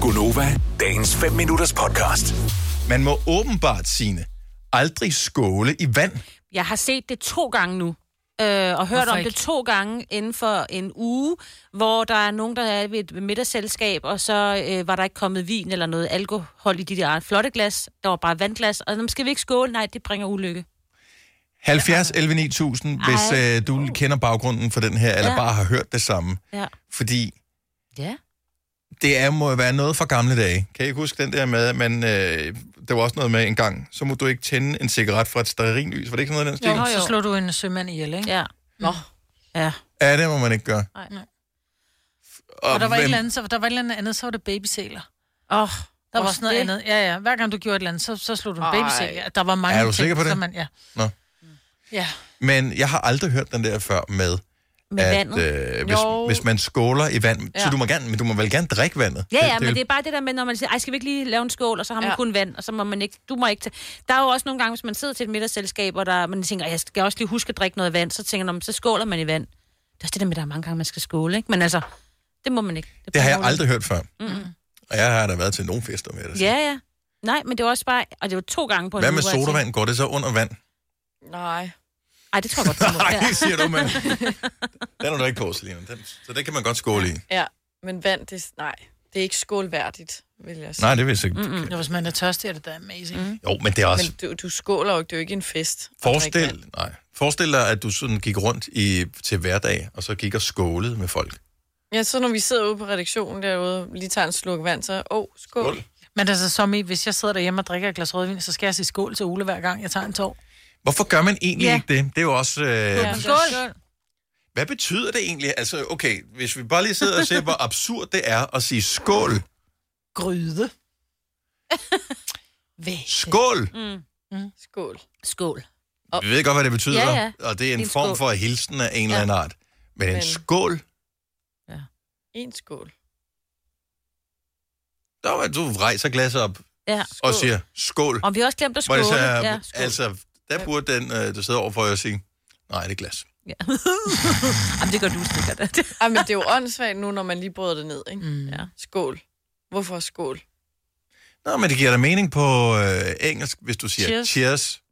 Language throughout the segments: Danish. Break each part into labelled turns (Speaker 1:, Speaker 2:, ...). Speaker 1: Gunova, dagens 5 minutters podcast.
Speaker 2: Man må åbenbart, ssige aldrig skåle i vand.
Speaker 3: Jeg har set det to gange nu, øh, og hørt
Speaker 4: Hvorfor
Speaker 3: om
Speaker 4: ikke?
Speaker 3: det to gange inden for en uge, hvor der er nogen, der er ved et middagsselskab, og så øh, var der ikke kommet vin eller noget alkohol i de der flotte glas. Der var bare vandglas, og dem skal vi ikke skåle. Nej, det bringer ulykke.
Speaker 2: 70 11 9000, hvis
Speaker 3: Ej.
Speaker 2: øh, du kender baggrunden for den her, eller
Speaker 3: Ja.
Speaker 2: bare har hørt det samme.
Speaker 3: Ja.
Speaker 2: Fordi
Speaker 4: Ja.
Speaker 2: det er, må jo være noget fra gamle dage. Kan I ikke huske den der med, at man, øh, der var også noget med en gang, så må du ikke tænde en cigaret fra et stearinlys. Var det ikke sådan noget af den stil?
Speaker 3: Jo.
Speaker 4: Så slår du en sømand ihjel, ikke?
Speaker 3: Ja.
Speaker 4: Nå.
Speaker 3: Ja.
Speaker 2: Ja, det må man ikke gøre.
Speaker 3: Nej.
Speaker 4: Og der var, et
Speaker 2: hvem-
Speaker 4: eller andet, så, der var et eller andet andet, så var det babysæler.
Speaker 3: Åh, oh,
Speaker 4: Der var sådan noget det? andet. Ja, ja. Hver gang du gjorde et eller andet, så, så slog du en babysæler. Der var mange
Speaker 2: Er du
Speaker 4: ting,
Speaker 2: sikker på det?
Speaker 4: som Man, ja.
Speaker 2: Nå.
Speaker 4: Ja.
Speaker 2: Men jeg har aldrig hørt den der før med,
Speaker 3: Med
Speaker 2: at
Speaker 3: vandet.
Speaker 2: øh, hvis,
Speaker 4: Jo.
Speaker 2: hvis man skåler i vand, ja. så
Speaker 4: Ja.
Speaker 2: du må gerne, men du må vel gerne drikke vandet.
Speaker 3: Ja, ja, men det er bare det der med, når man siger, ej, skal vi ikke lige lave en skål, og så har man ja.
Speaker 4: Ja.
Speaker 3: kun vand, og så må man ikke, du må ikke tage... Der er jo også nogle gange, hvis man sidder til et middagsselskab, og der, man tænker, "Ej, jeg skal også lige huske at drikke noget vand, så tænker man, "Nå, men så skåler man i vand. Det er også det der med, at der er mange gange, man skal skåle, ikke? Men altså, det må man ikke.
Speaker 2: Det har jeg
Speaker 3: behøver man
Speaker 2: aldrig hørt før. Mm-hmm. Og jeg har da været til nogle fester med det.
Speaker 3: ikke. Ja, ja. Nej, men det var også bare, og det var to gange på en
Speaker 2: Hvad med
Speaker 3: uge, hvor jeg tænkte,
Speaker 2: sodavand? Går det så under vand?
Speaker 5: Nej.
Speaker 3: Ej, det tror jeg godt, du må.
Speaker 2: Nej, det siger du, men... Den er du ikke på, Selina. Den, så det kan man godt skåle i.
Speaker 5: Ja, men vand, det, er- nej, det er ikke skålværdigt, vil jeg sige.
Speaker 2: Nej, det vil jeg så ikke.
Speaker 4: ja. Hvis man er tørstig, er det da amazing. Mm.
Speaker 2: Jo, men det er også...
Speaker 5: Men du, du skåler jo ikke, det er jo ikke en fest. at drikke vand.
Speaker 2: altså- Forestil, nej. Forestil dig, at du sådan gik rundt i, til hverdag, og så gik og skålede med folk.
Speaker 5: Ja, så når vi sidder ude på redaktionen derude, lige tager en slurk vand, så åh, oh, skål. skål.
Speaker 4: Men altså, som i, hvis jeg sidder derhjemme og drikker et glas rødvin, så skal jeg sige skål til Ole hver gang, jeg tager en tår.
Speaker 2: Hvorfor gør man egentlig
Speaker 4: Ja.
Speaker 2: ikke det? Det er jo også... Øh, ja.
Speaker 4: Skål!
Speaker 2: Hvad betyder det egentlig? Altså, okay, hvis vi bare lige sidder og ser, hvor absurd det er at sige skål.
Speaker 4: Gryde. Væk.
Speaker 2: Skål!
Speaker 5: skål.
Speaker 3: Skål.
Speaker 2: Vi ved godt, hvad det betyder,
Speaker 3: Ja, ja.
Speaker 2: og det er en,
Speaker 3: En
Speaker 2: form
Speaker 3: skål.
Speaker 2: for hilsen af en eller
Speaker 3: Ja.
Speaker 2: anden art. Men en
Speaker 5: Men-
Speaker 2: skål,
Speaker 5: En skål.
Speaker 2: der var du rejser glasset op
Speaker 3: Ja.
Speaker 2: og siger skål.
Speaker 3: Og vi har også glemt at
Speaker 2: Hvor
Speaker 3: skåle.
Speaker 2: det så,
Speaker 3: ja,
Speaker 2: er-
Speaker 3: skål.
Speaker 2: altså, der burde den, øh, der sidder overfor jer, sige, nej, det er glas.
Speaker 3: Ja. Jamen, det gør du sikkert.
Speaker 5: Ej, men det er jo åndssvagt nu, når man lige bryder det ned, ikke?
Speaker 4: Mm.
Speaker 3: Ja.
Speaker 5: Skål. Hvorfor skål?
Speaker 2: Nå, men det giver da mening på øh, engelsk, hvis du siger cheers.
Speaker 4: Cheers.
Speaker 2: cheers,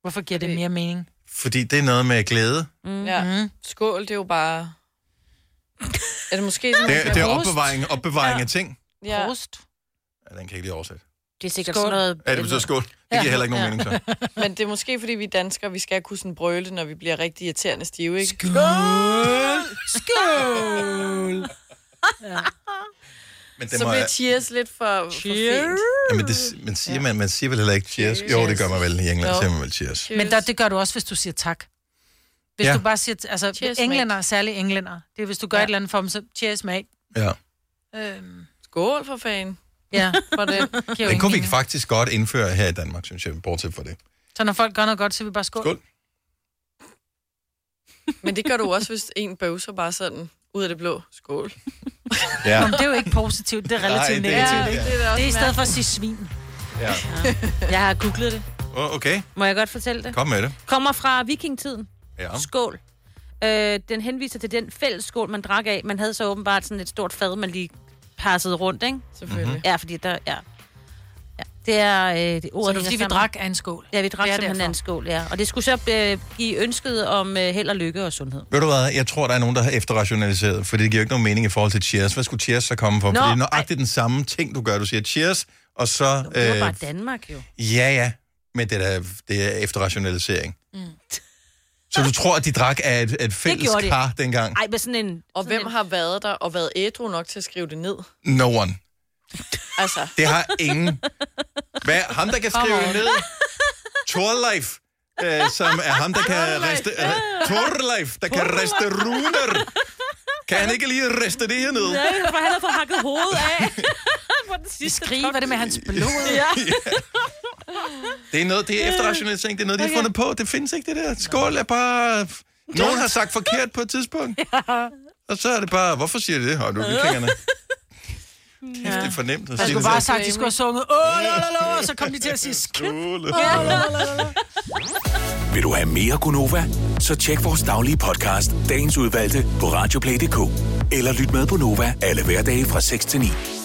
Speaker 4: Hvorfor giver det mere mening?
Speaker 2: fordi det er noget med glæde.
Speaker 5: Mm. Ja,
Speaker 4: Mm.
Speaker 5: skål, det er jo bare... Er det måske sådan,
Speaker 2: Det,
Speaker 5: man
Speaker 2: er- det er
Speaker 5: kan-
Speaker 2: opbevaring, opbevaring ja. af ting.
Speaker 5: Ja.
Speaker 4: Prost.
Speaker 2: Ja, den kan jeg ikke lige oversætte.
Speaker 3: Det er sikkert
Speaker 4: Skål.
Speaker 3: sådan noget...
Speaker 2: Ja, det betyder skål. Det giver heller ikke nogen mening så.
Speaker 5: Men det er måske, fordi vi er danskere, vi skal kunne sådan brøle, når vi bliver rigtig irriterende stive, ikke?
Speaker 4: Skål!
Speaker 2: Men det
Speaker 5: Så
Speaker 2: må,
Speaker 5: bliver cheers lidt for, for fint.
Speaker 2: ja, men det, man, siger, man, man siger vel heller ikke cheers. Jo, det gør man vel i England,
Speaker 5: Nå.
Speaker 2: siger man vel cheers.
Speaker 4: Men der, det gør du også, hvis du siger tak. Hvis
Speaker 2: Ja.
Speaker 4: ja. du bare siger, altså
Speaker 5: Cheers,
Speaker 4: cheers, englænder, særlig englænder, det er, hvis du gør ja.
Speaker 5: Ja.
Speaker 4: et eller andet for dem, så cheers, mate.
Speaker 2: Ja.
Speaker 4: Øhm,
Speaker 5: Skål for fanden.
Speaker 4: ja,
Speaker 5: For det.
Speaker 4: giver
Speaker 2: Den
Speaker 4: den
Speaker 2: kunne vi faktisk godt indføre her i Danmark, synes jeg, bortset fra det.
Speaker 4: Så når folk gør noget godt, så er vi bare skål.
Speaker 2: Skål.
Speaker 4: skål.
Speaker 5: Men det gør du også, hvis en bøvser bare sådan ud af det blå. Skål.
Speaker 2: Ja.
Speaker 4: Jamen, det er jo ikke positivt, det er relativt
Speaker 2: Nej, det er-
Speaker 4: negativt.
Speaker 2: Ja.
Speaker 4: ikke?
Speaker 5: det er
Speaker 4: Det er i stedet for at sige svin.
Speaker 2: ja.
Speaker 3: Jeg har googlet det.
Speaker 2: Oh, okay,
Speaker 3: Må jeg godt fortælle det?
Speaker 2: kom med det.
Speaker 3: Kommer fra vikingtiden.
Speaker 2: Ja.
Speaker 3: skål. Øh, den henviser til den fælles skål, man drak af. Man havde så åbenbart sådan et stort fad, man lige passede rundt, ikke?
Speaker 5: Selvfølgelig.
Speaker 3: Ja, fordi der... Ja. ja. Det er øh, det
Speaker 4: Så
Speaker 3: ordet,
Speaker 4: det er fordi, vi drak af en skål.
Speaker 3: Ja, vi drak
Speaker 4: Det er
Speaker 3: simpelthen
Speaker 4: derfor.
Speaker 3: en skål, ja. Og det skulle så øh, give ønsket om øh, held og lykke og sundhed.
Speaker 2: Ved du hvad, jeg tror, der er nogen, der har efterrationaliseret, for det giver jo ikke nogen mening i forhold til cheers. Hvad skulle cheers så komme for? Nå,
Speaker 3: Nå,
Speaker 2: for det er nøjagtigt den samme ting, du gør. Du siger cheers, og så... øh,
Speaker 3: Det var bare Danmark, jo.
Speaker 2: ja, ja, men det er, da- det er efterrationalisering. Mm. Så du tror, at de drak af et, et fælles
Speaker 3: gjorde de.
Speaker 2: kar dengang?
Speaker 3: Ej, men sådan en...
Speaker 5: Og
Speaker 3: Mhm. sådan
Speaker 5: hvem
Speaker 3: en,
Speaker 5: har været der og været ædru nok til at skrive det ned?
Speaker 2: No one.
Speaker 5: Altså,
Speaker 2: Det har ingen. Hvad, ham, der kan skrive ned? Torleif, øh, som er ham, der kan reste... Øh, Torleif, der kan reste runer. Kan han ikke lige reste det her ned?
Speaker 3: Nej, for han havde fået hakket hovedet af. på den
Speaker 4: Vi
Speaker 3: sidste
Speaker 4: skriver
Speaker 3: top.
Speaker 4: det med hans blod.
Speaker 2: Det er noget, det er efterrationalisering, det er noget, de har fundet på. Det findes ikke, det der. Skål er bare... Nogen har sagt forkert på et tidspunkt. Og så er det bare, hvorfor siger de det? Har du vikingerne? Kæft, det er fornemt at
Speaker 4: Jeg
Speaker 2: sige det.
Speaker 4: skulle
Speaker 2: der.
Speaker 4: bare have sagt, at de skulle have sunget, åh, la, la, la, og så kom de til at sige, skål.
Speaker 2: Skål.
Speaker 1: Vil du have mere Gunova? Så tjek vores daglige podcast, dagens udvalgte, på radioplay.dk. Eller lyt med på Nova alle hverdage fra 6 til 9.